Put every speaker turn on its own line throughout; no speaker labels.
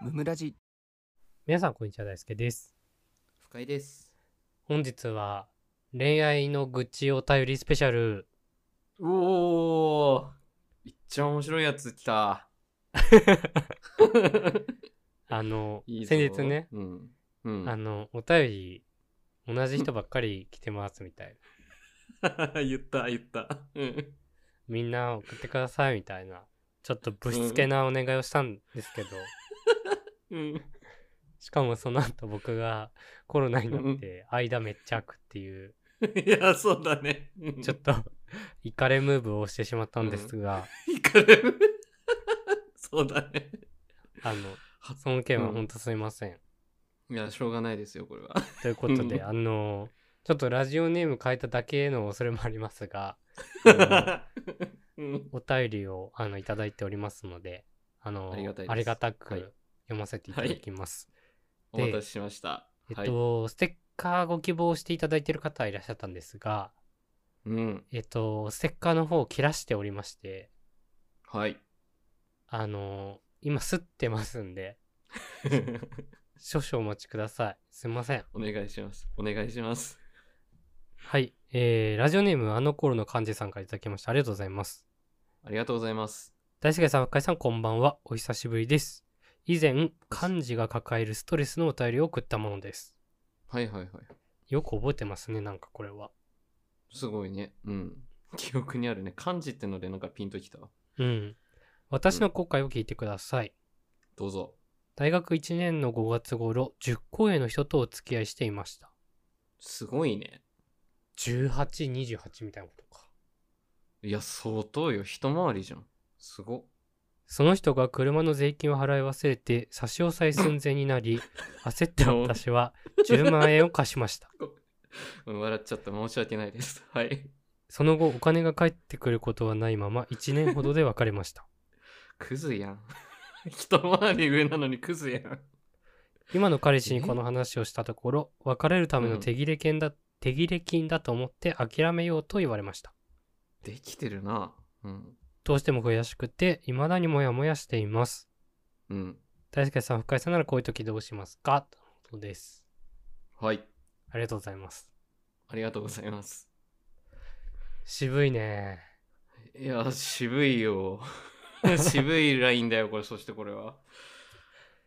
ムラジ
皆さんこんにちは大輔です
深井です。
本日は恋愛の愚痴お便りスペシャル
おおいっちゃ面白いやつ来 た。
あの
いいぞ
先日ね、。
うん。うん、
あのお便り同じ人ばっかり来てますみたいな
言った言った。うん
みんな送ってくださいみたいなちょっとぶしつけなお願いをしたんです けど、
うん。
しかもその後僕がコロナになって間めっちゃ空くっていう、
いや、そうだね。うん
ちょっと イカレムーブをしてしまったんですが、
いかれる。 そうだね。
あのその件は本当すいません、
いや、しょうがないですよ、これは。
ということで、
うん
あのちょっとラジオネーム変えただけの恐れもあります が
うん
お便りをあのいただいておりますのであの
ありがたいです
た
はい
く読ませていただきます、
お待たせしました。
えっと、ステッカーご希望していただいている方いらっしゃったんです
は
が
い。うん。
えっとステッカーの方を切らしておりまして
はい。
あの今すってますんで少々お待ちくださいすいません
お願いします。お願いします。
はいえー、ラジオネームあの頃の幹事さんからいただきましたありがとうございます
ありがとうございます。
大輔さん、深井さん、こんばんは。お久しぶりです。以前、漢字が抱えるストレスのお便りを送ったものです。
はいはいはい。
よく覚えてますね、なんかこれは。
すごいね。うん。記憶にあるね。漢字ってのでなんかピンときたわ。
うん。私の後悔を聞いてください。
どうぞ。
大学1年の5月頃、10個上の人とお付き合いしていました。
すごいね。
18、28みたいなことか。
いや、相当よ。一回りじゃん。すご。
その人が車の税金を払い忘れて差し押さえ寸前になり、焦った私は10万円を貸しました。
うん笑っちゃった。申し訳ないです。 はい。
その後、お金が返ってくることはないまま1年ほどで別れました。
クズやん。 一回り上なのにクズやん。
今の彼氏にこの話をしたところ別れるための手切れ金だ、手切れ金だと思って諦めようと言われました
できてるな。うん。
どうしても悔しくて未だにモヤモヤしています
うん。
大輔さん深井さんならこういう時どうしますかとのことです
はい。
ありがとうございます
ありがとうございます。
渋いね
いや、渋いよ。 渋いラインだよ、これ。そしてこれは。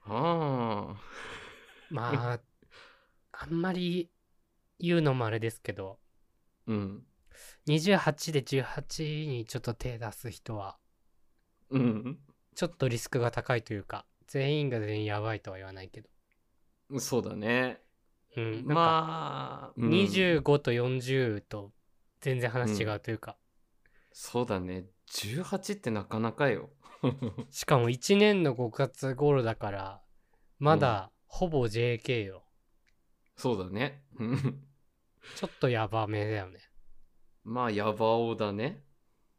ああ。
まああんまり言うのもあれですけど
うん。
28で18にちょっと手出す人は
うん。
ちょっとリスクが高いというか全員が全員やばいとは言わないけど
そうだね。
うんなんか
まあ、うん
25と40と全然話違うというか、
そうだね。18ってなかなかよ。
しかも1年の5月頃だからまだほぼ JK よ、
そうだね。うん
ちょっとやばめだよね
まあ、ヤバオだね。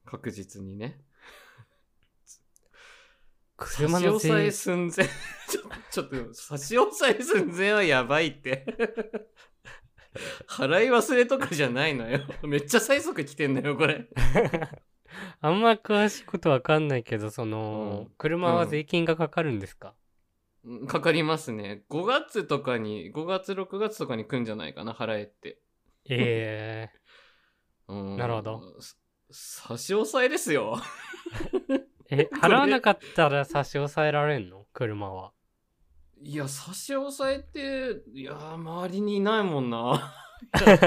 確実にね。差
車
し
の
押さえ
税
寸前。ちょちょっと、差し押さえ寸前はやばいって。払い忘れとかじゃないのよ。めっちゃ催促来てんのよ、これ。
あんま詳しいことわかんないけどその、
うん
車は税金がかかるんですか、
うんかかりますね。5月とかに、5月、6月とかに来んじゃないかな、払えって。
え
うん
なるほど。
さ差し押さえですよ。
ー、 え払わなかったら差し押さえられんの車はい
や、差し押さえて、いや、周りにいないもん な。いや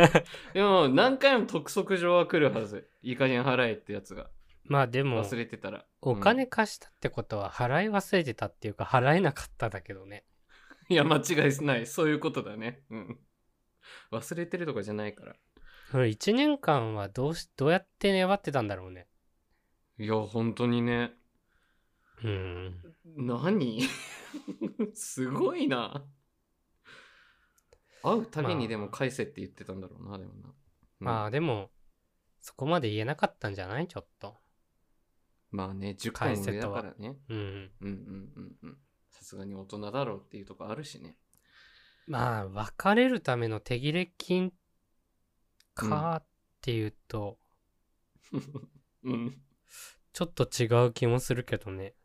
でも、何回も督促状は来るはず。いい加減払えってやつが。
まあでも
忘れてたら。
お金貸したってことは払い忘れてたっていうか払えなかっただけどね
いや、間違いない。そういうことだね。うん。忘れてるとかじゃないから。
それ1年間はどうしどうやって粘ってたんだろうね
いや、本当にね。
うん
何 すごいな。会うたびにでも返せって言ってたんだろうな、でもな。うん
まあでも、そこまで言えなかったんじゃないちょっと。
まあね、10回
返せ
上だ
とは
からね。
うん。
うんうんうんうん。さすがに大人だろうっていうとこあるしね。
まあ、別れるための手切れ金かっていうと、
うん。
ちょっと違う気もするけどね。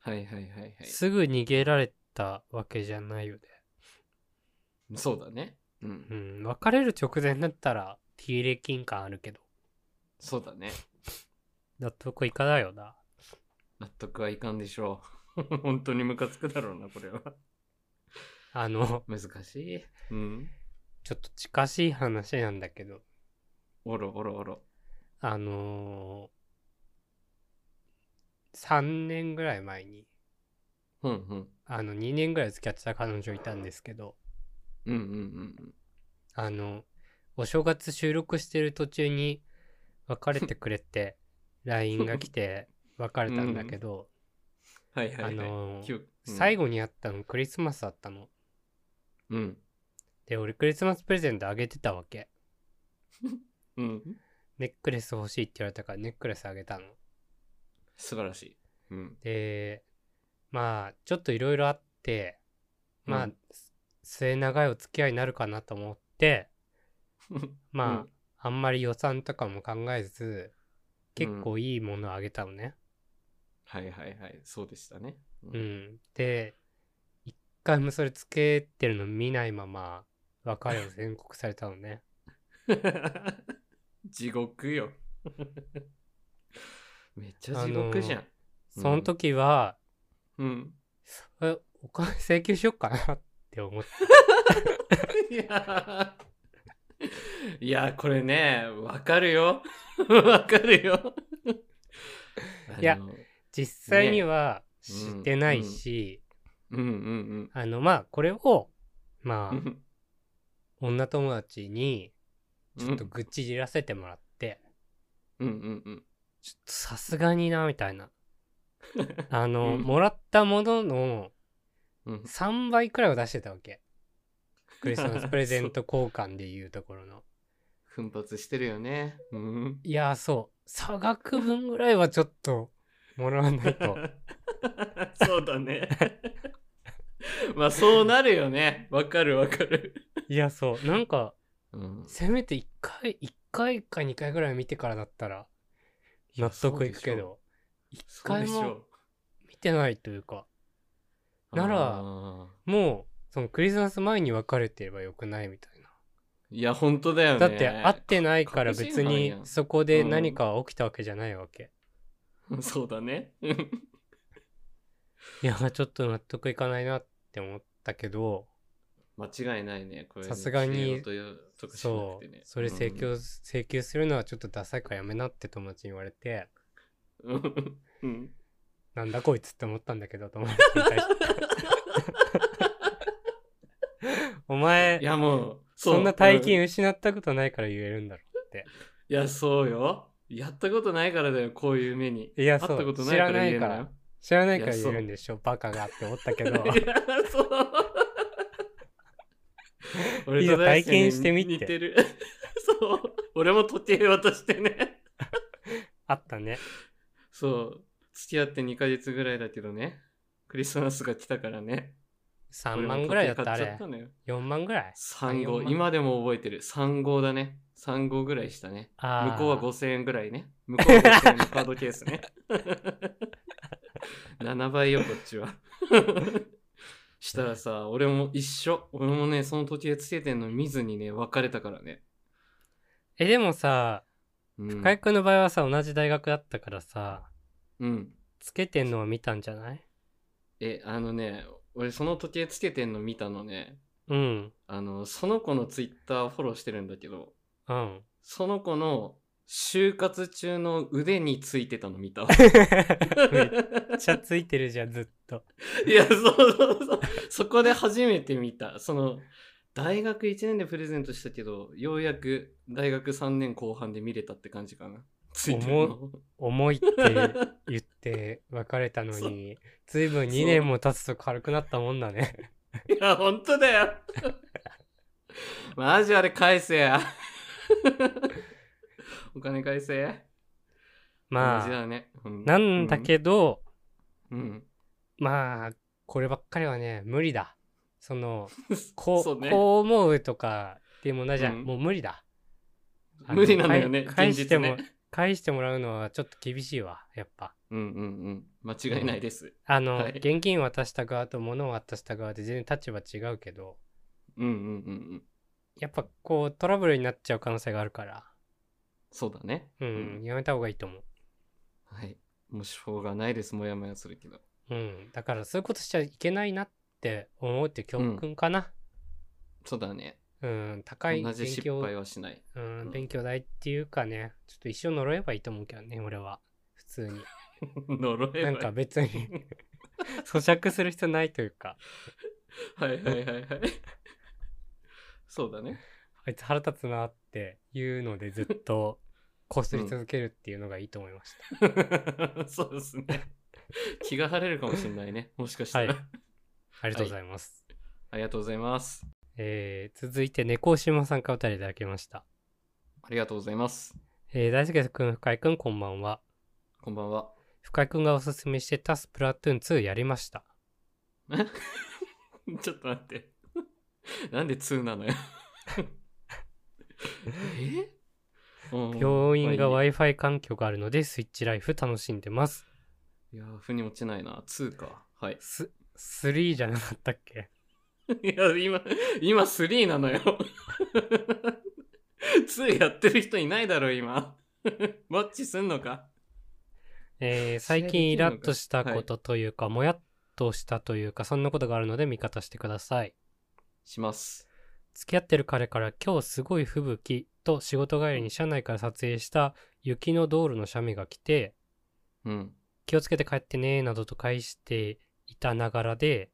はいはいはいはい。
すぐ逃げられたわけじゃないよね。
そうだね。うん
う。ん、別れる直前だったら、手入れ金感あるけど、
そうだね。
納得いかないよな。
納得はいかんでしょう。 本当にムカつくだろうな、これは。
あの、
難しい。うん。
ちょっと近しい話なんだけど、
おろおろおろ。
あのー、3年ぐらい前に、
うんうん。
あの、2年ぐらい付き合ってた彼女いたんですけど、
うんうんうん
あの、お正月収録してる途中に別れてくれ て、LINE が来て別れたんだけど、
うん。はいはいはい。
あのー
きゅうん
最後に会ったのクリスマスだったの。
うん。
で、俺クリスマスプレゼントあげてたわけ。
うん。
ネックレス欲しいって言われたからネックレスあげたの。
素晴らしい。うん。
で、まあ、ちょっといろいろあって、まあ、
うん
末長いお付き合いになるかなと 思って、まあ、
うん
あんまり予算とかも考えず、結
う
構いいものをあげたのね。
はいはいはい。そうでしたね。う
うん。。で、一回もそれつけてるの見ないまま、別れを宣告されたのね。
地獄 よ。めっちゃ地獄じゃん。うん
その時は、
うん。
え、お金請求しよっかなって 思って。
いやー、 いやーこれね、わかるよ。 わかるよ。
いや
あの、
実際には
ね
してないし、
うんうん
あの、まあ、これを、
う
まあ、
ん。
女友達に
ち
ちょっと愚痴じらせてもらって、
うんうんうん。
ちょっとさすがになみたい なあの、
うん
もらったものの
うん
3倍くらいは出してたわけクリス マスプレゼント交換でいうところの
奮発してるよね。うん。
いやーそう差額分ぐらいはちょっともらわない と
そうだね。 まあそうなるよね。わかるわかる。
いやそうなんか
うん
せめて1回1回か2回ぐらい見てからだったら納得いくけど
一
回も見てないというかならもうそのクリスマス前に別れてればよくないみたいない
や本当だよね
だって会ってないから別にそこで何か起きたわけじゃないわけ。
そうだね
いや、ちょっと納得いかないなって思ったけど、
間違いないねこれ
さすが
仕
に
事とかしな
そ
くてね
う、それ請
う
求、請求するのはちょっとダサいからやめなって友達に言われ て、
んうん
なんだこいつって思ったんだけど、友達 に対して。お前
い、やもうう
そんな大
う
金
んい
失ったことないから言えるんだろって。
やそうよやったことないからだよこういう目に
いや
会ったこと
そ
な
う
いから言え
知らない知らないから言えるんでしょ、バカがって思ったけど
のよ。 いやそう俺
いざ
と大
体
輔ね
験してみて
似てる そう俺も時計渡してね
あっ たね。
そう。付き合って2ヶ月ぐらいだけどね。クリスマスが来たからね。
3万ぐらいだったあ
俺も時計買ちゃ
れ
た。のよ
4万ぐらい
3号、
4万
今でも覚えてる。3号だね。3号ぐらいしたね。
あー
向こうは5000円ぐらいね。向こうは5000円のカードケース ね。7倍よ、こっちは。したらさ、俺も一緒。俺もね、その時計つけてんの見ずにね、別れたからね。
え、でもさ、
うん。
深井君の場合はさ、同じ大学だったからさ、
うん。
つけてんのは見たんじゃない
え、あのね、俺その時計つけてんの見たのね、
うん、
あの、その子のツイッターフォローしてるんだけど、
うん。
その子の就活中の腕についてたの見たわ。
めっちゃついてるじゃん、ずっと。
いや、そうそうそう。そこで初めて見た。その、大学1年でプレゼントしたけど、ようやく大学3年後半で見れたって感じかな。ついてるの。
重いって言って別れたのに、ずいぶん2年も経つと軽くなったもんだね。
いや、ほんとだよ。マジあれ返せや。お金返せ。
ま
同じ
あ、
だね。う
なんだけど、
うん。
まあ、こればっかりはね、無理だ。その、こ、
そうね
こう思うとかでもないじゃん。
うん
もう無理だ。あの
無理なのよね
返
現
返し
実
て
ね
も返してもらうのはちょっと厳しいわ、やっぱ。
うんうんうん。間違いないです。
あの、
はい
現金渡した側と物を渡した側で全然立場違うけど、
うんうんうんうん。
やっぱこうトラブルになっちゃう可能性があるから、
そうだね。
うん、
うん
やめた方がいいと思う。
はい。もうしょうがないです。もやもやするけど。
うん、だからそういうことしちゃいけないなって思うって教訓かな。
そうだね。
うん、高い
同じ
勉
失
強
敗、はしない。
うん、勉強代っていうかね、ちょっと一生呪えばいいと思うけどね、俺は。普通に。
呪えば
ない
い
んか別に 咀嚼する必要ないというか、
はいはいはいはい。そうだね。
あいつ腹立つなっていうのでずっとこすり続けるっていうのがいいと思いまし た。
そうですね。気が晴れるかもしれないね。もしかしたら。
はいありがとうございます。
ありがとうございます。
えー続いて猫島さんからお便りいただきました。
ありがとうございます。
えー大輔くん、深井くん、こんばんは。
こんばんは。
深井くんがおすすめしてたスプラトゥーン2やりました。
ちょっと待って。 なんで2なの よ。えうん
病院が
まあい
Wi-Fi 環境があるので、スイッチライフ楽しんでます。
いいやー、腑に落ちないな。2か。はい。
す、3じゃなかったっけ
いや、今、今3なのよ。2やってる人いないだろ、今。 マッチすんのか
えー最近イラッとしたことというか、もやっとしたというか、そんなことがあるので味方してください。
します。
付き合ってる彼から今日すごい吹雪と仕事帰りに車内から撮影した雪の道路の斜面が来て、
うん。
気をつけて帰ってねなどと返していたながらで、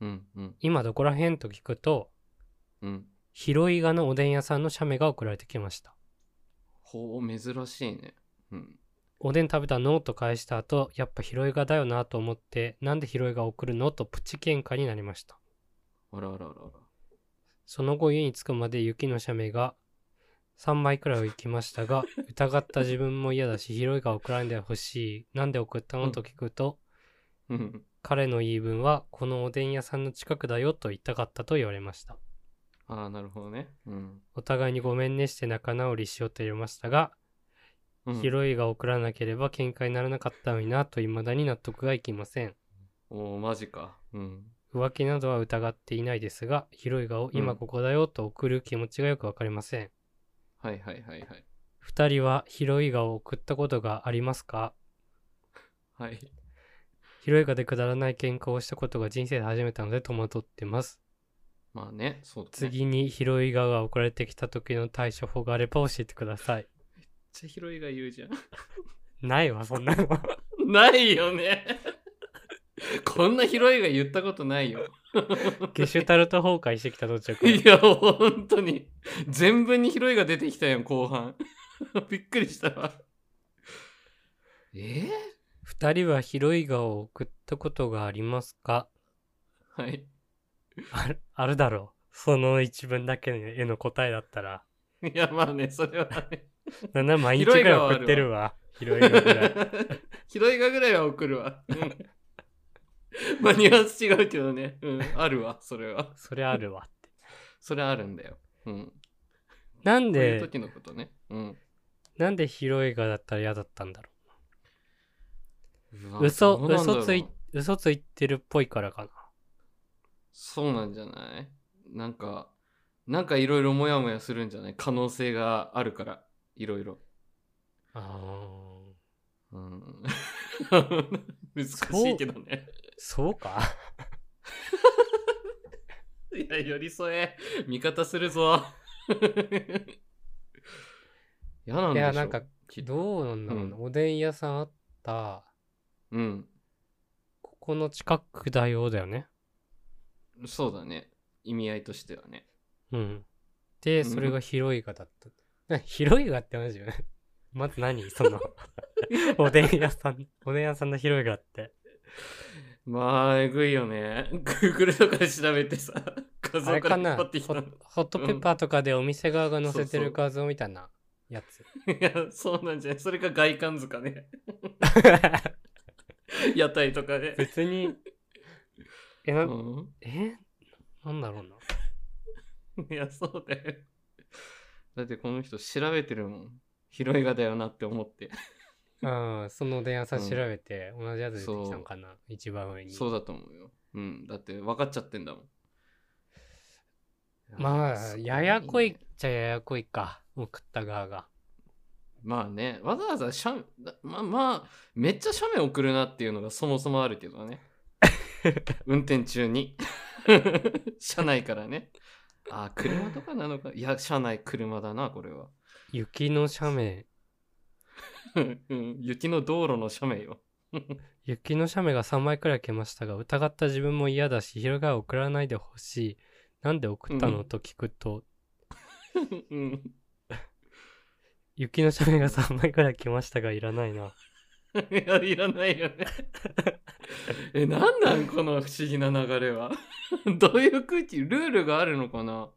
うん。うん。
今どこら辺と聞くと、
うん。
広いがのおでん屋さんの写メが送られてきました。
ほう、珍しいね。うん。
おでん食べたのと返した後、やっぱ広いがだよなと思って、なんで広いが送るのとプチ喧嘩になりました。
あらあらあらあら。
その後家に着くまで雪の写メが3枚くらいは行きましたが、疑った自分も嫌だし、広いが送らんでほしい。なんで送ったのと聞くと、
うん。
彼の言い分は、このおでん屋さんの近くだよと言いたかったと言われました。
ああ、なるほどね。うん。
お互いにごめんねして仲直りしようと言いましたが、
うん、
ヒロイが送らなければ喧嘩にならなかったのになと未だに納得がいきません。
おお、マジか。うん。
浮気などは疑っていないですが、ヒロイがを今ここだよと送る気持ちがよくわかりません。
はいはいはいはい。
二人はヒロイガを送ったことがありますか
はい。
ヒロイガでくだらない喧嘩をしたことが人生で初めてなので戸惑ってます。
まあね、そうだね。めっ
次にヒロイガが送られてきた時の対処法があれば教えてください。
ちゃ広いが言うじゃん。
ないわ、そんなの。
ないよね。 こんな広いが言ったことないよ。
ゲシュタルト崩壊してきた途中から
いや、本当に。全文に広いが出てきたやん、後半。 びっくりしたわ。え
二人はヒロイガを送ったことがありますか
ー、はい。
あるあるだろう。その一文だけへの答えだったら、
いや、まあね、それはね。
7毎日ぐらい送ってるわ。広いがぐらい。
広いがぐらいは送るわ。うん まあ、ニュアンス違うけどね。うん、あるわ、それは。
それあるわって。
それあるんだよ。うん。
なん
そういう
で、
時のことね。うん。
なんで広いがだったら嫌だったんだろ
うわ
う。嘘、
どうなんだろう
嘘つい、嘘ついてるっぽいからかな。
そうなんじゃないなんか、なんかいろいろモヤモヤするんじゃない可能性があるから、いろいろ。
あー
うん。 難しいけどね。
そうか。
いや、寄り添え。味方するぞ。 嫌なん
い
でしょ
や、なんか、
きっと
どうなんだろうな。
う
おでん屋さんあった、
うん。
ここの近くだよだよね。
そうだね。意味合いとしてはね。
うん。で、それが広いがだった。な広い がってマジよね。まず 何その、おでん屋さん、おでん屋さんの広いがって。
まあ、えぐいよね。Google とかで調べて さ、画
あ
像
れ
か
から
引っ
な
張ってきた
ホ
の。
ホットペッパーとかでお店側が載せて
そうそ
る
う
画像みたいなやつ。
いや、そうなんじゃないそれか外観図か ね。屋台とかで。
別に、え、な
うん
えなんだろうな。
いや、そうだよ。だってこの人調べてるもん。ヒロイガだよなって思って。
ああ、その電話さ
うん
調べて、同じやつ出てきたんかな、一番上に。
そうだと思うよ。うん。だって分かっちゃってんだもん。
ま
そ
あ、
こ
ややこい
ね
っちゃややこいか、送った側が。
まあね、わざわざ写だまあまあ、めっちゃ写メ送るなっていうのがそもそもあるけどね。運転中に。車内からね。ああ、車とかなのか。いや、車内車だな、これは。
雪の斜面、
うん雪の道路の斜面よ。
雪の斜面が3枚くらい来ましたが、疑った自分も嫌だし、広が送らないでほしい。なんで送った
う
の、
ん
と聞くと、
うん
雪の斜面が3枚くらい来ましたが、いらないな。
いや、いらないよね。え、なんなんこの不思議な流れは。 どういう空気、ルールがあるのかな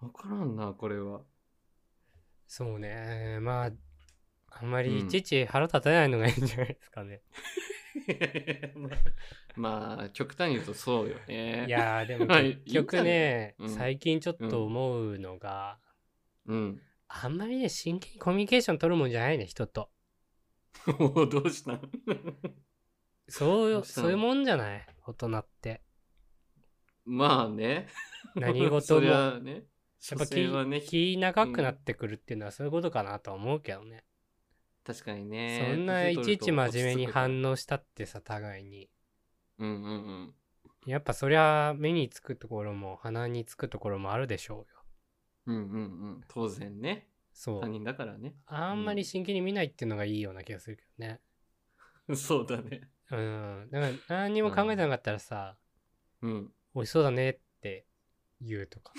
わからんな、これは。
そうね、まあ、あんま
うん
りいちいち腹立てないのがいいんじゃないですかね。
まあ、極端に言うとそうよね。
いや ー、でも
はい
結局ね、
いいんじゃないうん
最近ちょっと思うのが、
うん。
あんまりね、真剣にコミュニケーション取るもんじゃないね、人と。
もうどうしたん
そう
どう
よ、
したの
そういうもんじゃない大 人って。
まあね。
何事
そ
も。
り
やっ
ゃあね。所
ぱ気,、
詮はね、
気長くなってくるっていうのはそういうことかなとは思うけどね。
確かにね。
そんないちいち真面目に
応。
反応したってさ、互いに。
うんうんうん。
やっぱそりゃ目につくところも鼻につくところもあるでしょうよ。
うんうんうん。当然ね。
そ
他
う。
人だからね。
あんまり真剣に見ないっていうのがいいような気がするけどね。
そうだね。
うん。だから何にも考えてなかったらさ、
うん。
美味しそうだねって言う とか。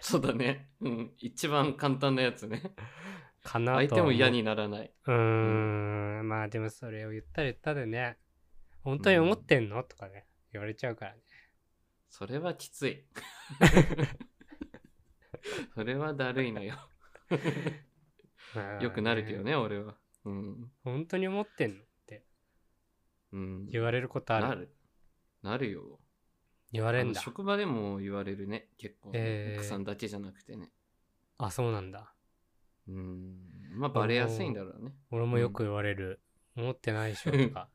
そうだね。うん。一番簡単なやつね。
かなとは
相
思う
手も嫌にならない。
うーん、まあでもそれを言ったら言ったでね、本当に思ってんの、とかね、言われちゃうからね。
それはき つい。それはだるいのよ。
まあ
よくなるけど。ね、俺は。うん。
本当に思ってんのって
うん。
言われることあ
な
る。
る。なるよ。
言われん
あの
だ。
職場でも言われるね、結構、
えー
奥さんだけじゃなくてね。
あ、そうなんだ。
うん。まあ、バレやすいんだろう ね。
俺もよく言われる。思ってないでしょとか。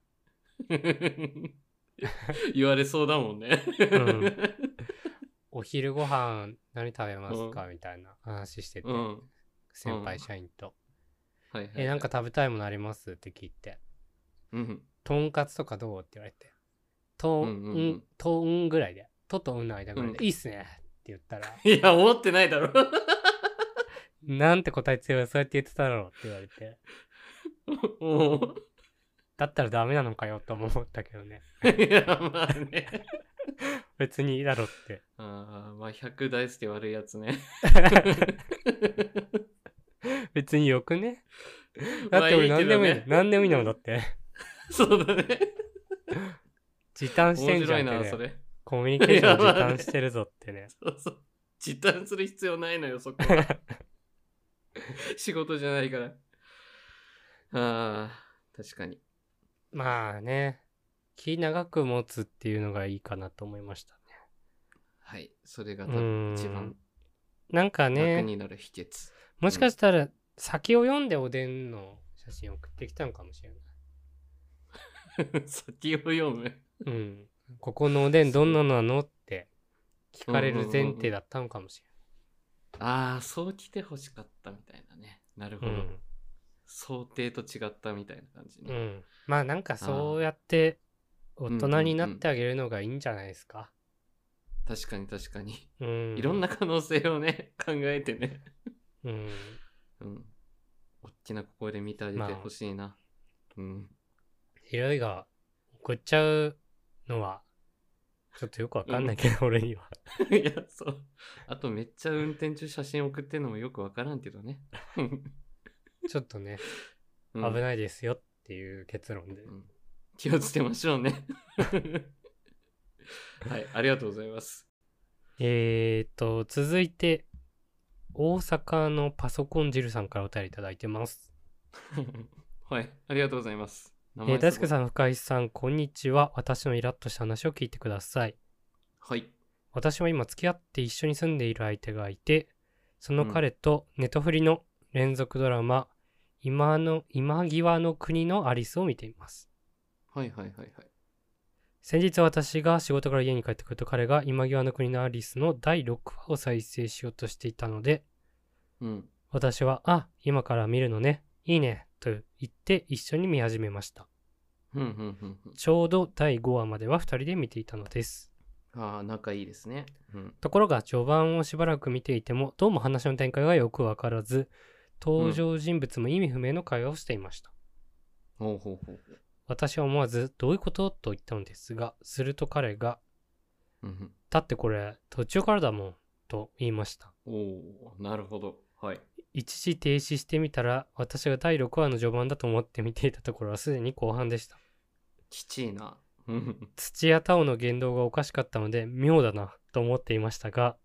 言われそうだもんね。
んお昼ご飯何食べますか、みたいな話してて、
うん。
先
うん
輩社員と。
はいはい。
え、なんか、食べたいものありますって聞いて。
うん。
とんかつとかどうって言われて。とん、
うんうんうん
とんぐらいで。ととんの間ぐらいで。
うん
いいっすねって言ったら。
いや、思ってないだろ。
なんて答え強いそうやって言ってただろうって言われて。
も
だったらダメなのかよとも思ったけどね。
う。いや、まあ ね。
別にいいだろうって。
あーまあ、100大好き悪いやつ ね。
別によくね。 だって俺何でもいい。
まあけどね
何でもいいのもん だって。
そうだね。
時短して
面
んじ
白
ゃ
い
んって、
な、
ね
それ。
コミュニ ケーション時短してるぞってね。
そうそう。時短する必要ないのよ、そこは。 仕事じゃないから。ああ、確かに。
まあね。気長く持つっていうのがいいかなと思いましたね。
はい。それが多分一番
なんか
楽
ね、
になる秘訣。
もしかしたら先を読んでおでんの写真送ってきたのかもしれない。
先を読む。
うん。ここのおでんどんなのなのって聞かれる前提だったのかもし
ああ、そう来てほしかったみたいなね。なるほ
れ
ど。
ない。
想定と違ったみたいな感じ
うん。う
ね。
ん。まあなんかそうやって大人になってあげるのがいいんじゃないですか。
確かに確かに。
うん。
いろんな。可能性をね、 考えてね。
うん。
うん。大きな声で見てあげてほしいな。うん。
広いが送っちゃうのはちょっとよくわかんないけど、俺には。
いや、そう。あとめっちゃ運転中写真送ってんのもよくわからんけどね。
ちょっとね、
危
危
い。
ないですよっていう結論で。
うん気をつけましょうね。 はい、ありがとうございます。
えーと、続いて、大阪のパソコン汁さんからお便りいただいてます。
はい、ありがとうございます。名
えー、大
すごい
輔さん、深井さん、こんにちは。私のイラッとした話を聞いてください。
はい。
私は今付き合って一緒に住んでいる相手がいて、その
うん
彼とネトフリの連続ドラマ今の今際の国のアリスを見ています
はいはいはいはい。
先日私が仕事から家に帰ってくると彼が今際の国のアリスの第6話を再生しようとしていたので
うん。
私は「あ今から見るのねいいね」と言って一緒に見始めました
うんうんうんうん。
ちょうど第5話までは2人で見ていたのです
ああ、仲いいですね。うん。
ところが序盤をしばらく見ていてもどうも話の展開がよくわからず登場人物も意味不明の会話をしていました、
ほうほうほうほう。
私は思わず「どういうこと?」と言ったのですがすると彼が
うん
「だってこれ途中からだもん」と言いました
うん、おお、なるほど。はい。
一時停止してみたら私が第6話の序盤だと思って見ていたところはすでに後半でした
きちいな。うん
土屋太鳳の言動がおかしかったので妙だなと思っていましたが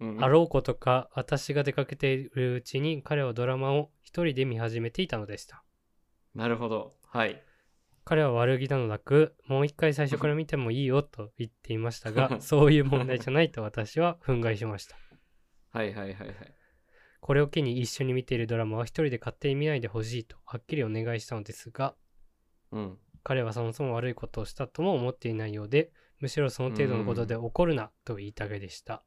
うん
あろうことか私が出かけているうちに彼はドラマを一人で見始めていたのでした
なるほど。はい。
彼は悪気などなくもう一回最初から見てもいいよと言っていましたがそういう問題じゃないと私は憤慨しました
はいはいはいはい。
これを機に一緒に見ているドラマは一人で勝手に見ないでほしいとはっきりお願いしたのですが
うん。
彼はそもそも悪いことをしたとも思っていないようでむしろその程度のことで怒るなと言いたげでした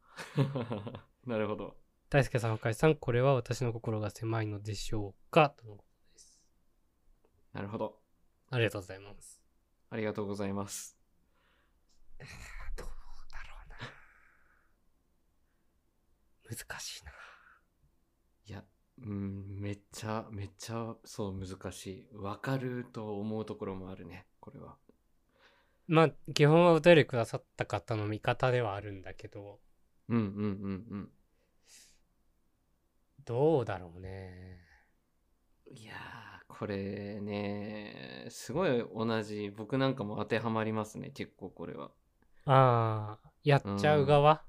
なるほど。
大輔さん深井さんこれは私の心が狭いのでしょうかとのことです
なるほど。
ありがとうございます
ありがとうございます。
どうだろうな難しいない
や、うん、めっちゃ、めっちゃ、そう、難しい。わかると思うところもあるね、これは。
まあ基本はお便りくださった方の味方ではあるんだけど
うんうんうん
どうだろうね
うん。いやー、これね、すごい同じ、僕なんかも当てはまりますね、結構これは。
ああやっちゃう側、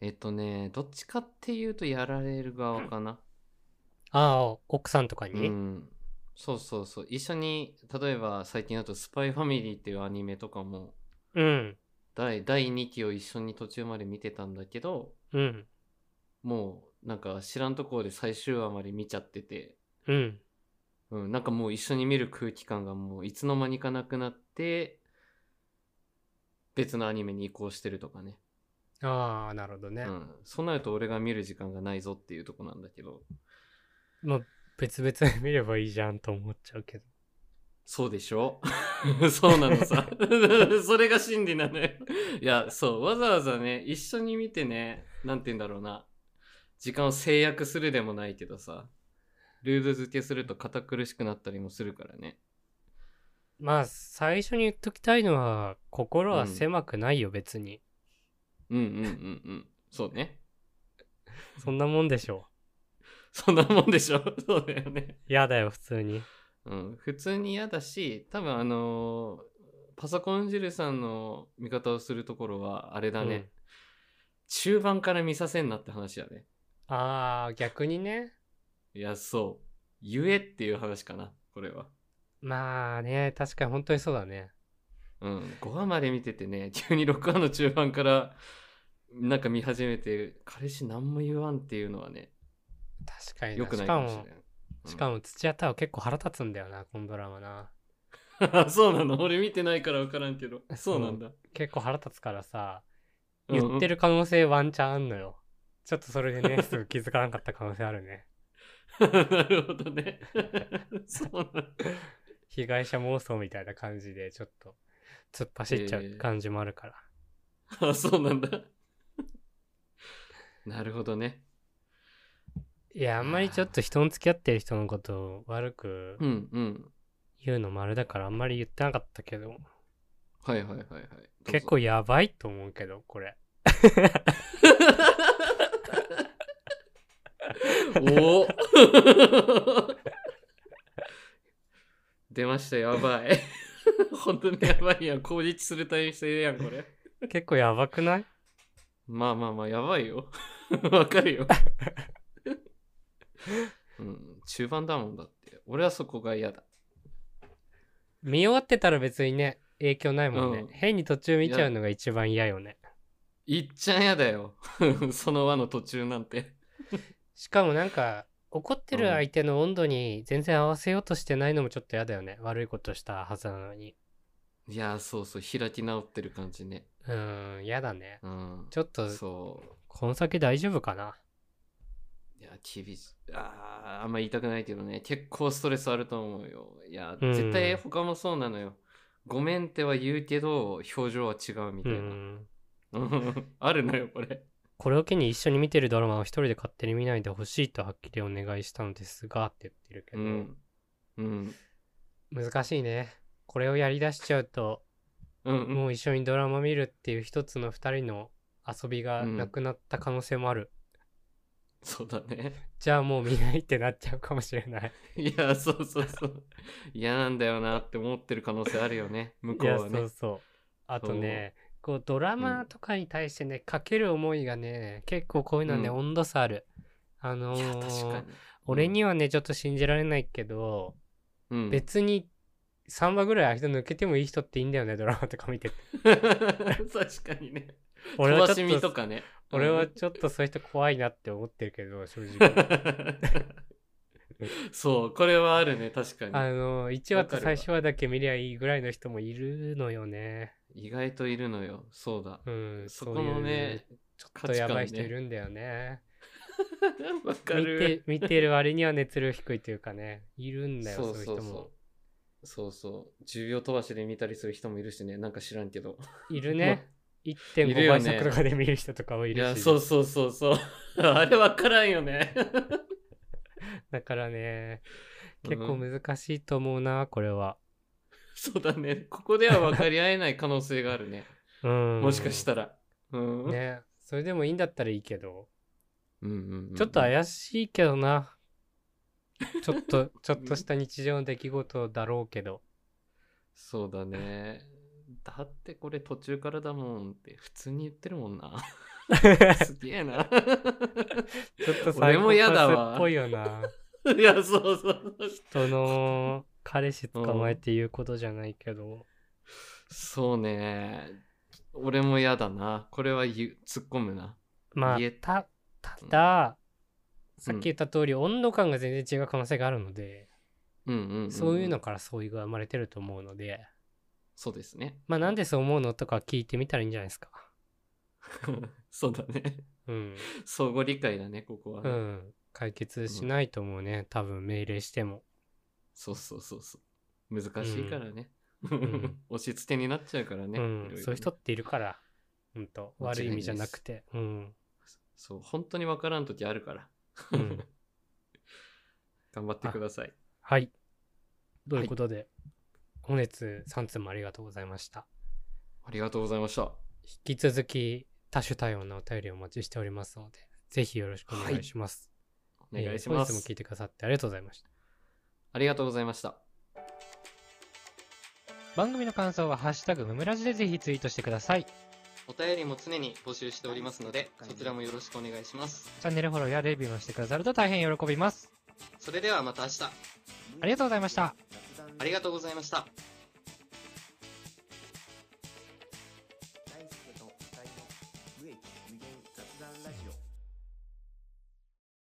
えっとね、どっちかっていうと、やられる側かな。
ああ奥さんとか
う
に、
ん。そうそうそう。一緒に、例えば最近だと、スパイファミリーっていうアニメとかも、
うん、
第第2期を一緒に途中まで見てたんだけど、
うん、
もうなんか知らんところで最終話まで見ちゃってて、
うん、
うん、なんかもう一緒に見る空気感がもういつの間にかなくなって別のアニメに移行してるとかね、
ああ、なるほどね。
うん、そうなると俺が見る時間がないぞっていうとこなんだけど
まあ、別々で見ればいいじゃんと思っちゃうけど。
そうでしょ そうなのさそれが真理なのよいやそうわざわざね一緒に見てねなんて言うんだろうな時間を制約するでもないけどさルール付けすると堅苦しくなったりもするからね
まあ、最初に言っときたいのは、心は狭くないよ、別に。
うんうんうんうん。そうね。
そんなもんでしょ
そんなもんでしょそうだよね。
う。やだよ、普通に。
うん。普通に嫌だし、多分あのーパソコン汁さんの見方をするところは、あれだね、
うん
中盤から見させんなって話だね。
ああ、逆にね。
いや、そう。ゆえっていう話かな、これは。
まあね、確かに本当にそうだね。
うん。5話まで見ててね、 急に6話の中盤から、なんか見始めて、彼氏何も言わんっていうのはね、
確かに
良くないか
しか
もし
も、しかも土屋太鳳結構腹立つんだよな、このドラマな。
れ ない。うん、そうなの俺見てないから分からんけど。そうなんだ。
結構腹立つからさ、
うんうん
言ってる可能性ワンチャンあんのよ。ちょっとそれでね、す ぐ気づかなかった可能性あるね。
なるほどね。 そうなんだ
被害者妄想みたいな感じでちょっと突っ走っちゃ
ええ
う感じもあるから、
あ。そうなんだ。 なるほどね。
いやあんまりちょっと人の付き合ってる人のことを悪く
うんうん。
言うのもあれだからあんまり言ってなかったけど
はいはいはいはい。どうぞ
結構。やばいと思うけどこれ
おお 出ました、やばい。本当にやばいやん。攻撃する体制やん、これ。
結構やばくない
まあまあまあ、やばいよ。わかるよ。うん、中盤だもんだって。俺はそこが嫌だ。
見終わってたら別にね影響ないもんね、
うん
変に途中見ちゃうのが一番嫌よね
いっちゃんやだよ。その輪の途中なんて。
しかもなんか怒ってる相手の温度に全然合わせようとしてないのもちょっと嫌だよね。悪いことしたはずなのに。
いやーそうそう開き直ってる感じね
うーん、嫌だね。
うん
ちょっと、
そ
この先大丈夫かな
ういや厳しいあーあんま言いたくないけどね結構ストレスあると思うよいや
うん
絶対他もそうなのよごめんっては言うけど表情は違うみ
う
たいな、
ん。
うん あるのよこれ
これを機に一緒に見てるドラマを一人で勝手に見ないでほしいとはっきりお願いしたのですがって言ってるけ
う
ど、
んうん
難しいね。これをやりだしちゃうと、
うんうん
もう一緒にドラマ見るっていう一つの二人の遊びがなくなった可能性もある。
そうだね
じゃあもう見ないってなっちゃうかもしれない。
いやそうそうそう嫌なんだよなって思ってる可能性あるよね向
い
こう
や、
は
そ
ね
うそう。あとね、こうドラマとかに対してね、かける思いがね、結構こういうのはね、
うん
温度差ある。あの
いや
ー
確かに
俺にはね、ちょっと信じられないけど、
うん
別に3話ぐらい間抜けてもいい人っていいんだよね、ドラマとか見 てて。
確かにね。
俺は
飛ば
ち
し
ょっ
み
と
と、かね。
俺
う
は
ん
ちょっとそういう人怖いなって思ってるけど、正 直。
そう、これはあるね、確
あ
か
の、1話
わか
と
るわ
最初話だけ見りゃいいぐらいの人もいるのよね。
に。意外といるのよ、そうだ。
うん、
そこのね、
そういう、ちょっとやばい人
価値観ね
いるんだよね。
わか
見て
る。、
見てる割には熱量低いというかね、いるんだよ、
そ
そ
う
ういう
そ
人
う
も
そ。う。そうそう。10秒飛ばしで見たりする人もいるしね、なんか知らんけど。
いるね。
いる
1.5
よ
倍
ね
速とかで見る人とかもい
い
る
や、
し。
そうそうそうそう。 あれわからんよね。
だからね、 結
う
構
ん
難しいと思うな、これは。
そうだね。ここでは分かり合えない可能性があるね。
うん。
もしかしたら。うん。
ね、それでもいいんだったらいいけど、
うんうんうん
ちょっと怪しいけど な。ちょっと、ちょっとした日常の出来事だろう けど。
そうだね。だってこれ途中からだもんって普通に言ってるもん な。すげえな。
ちょっとサイ
俺
コ
も嫌だ
パス
わ
っぽいよな。
いや、そうそうそう。
その、彼氏捕まえて言うことじゃないけど。
そうね。俺も嫌だな。これは言う突っ込むな。
まあ
言え、
た、ただ、さっき言った通り、温度感が全然違う可能性があるので、
うんうんんん
そういうの。から相違が生まれてると思うので、
そうですね。
まあ、なんでそう思うのとか聞いてみたらいいんじゃないですか。
そうだね。
うん。
相互理解だね、ここは
う
ね、
ん。解決しないと思うね。多分、命令しても。
そうそうそうそう。難しいからね。
ん
押し付けになっちゃうからね。
うん
ろろね
そういう人っているから、うんと、
間違い
悪い意味じゃなくて、うん、
そう、本当に分からん時あるから。
うん。
頑張ってください。
はい。ということで、本日3通もありがとうございました。
ありがとうございました。
引き続き、多種多様なお便りをお待ちしておりますので、ぜひよろしくお願いします。
お願いしま
えー本日
す
も聞。いてくださってありがとうございました。
ありがとうございました。
番組の感想は、ハッシュタグムムラジでぜひツイートしてください。チ
お便りも常に募集しておりますので、そちらもよろしくお願いします。
ャンネルフォローやレビューもしてくださると大変喜びます。
それではまた明日、
ありがとうございました。
ありがとうございました。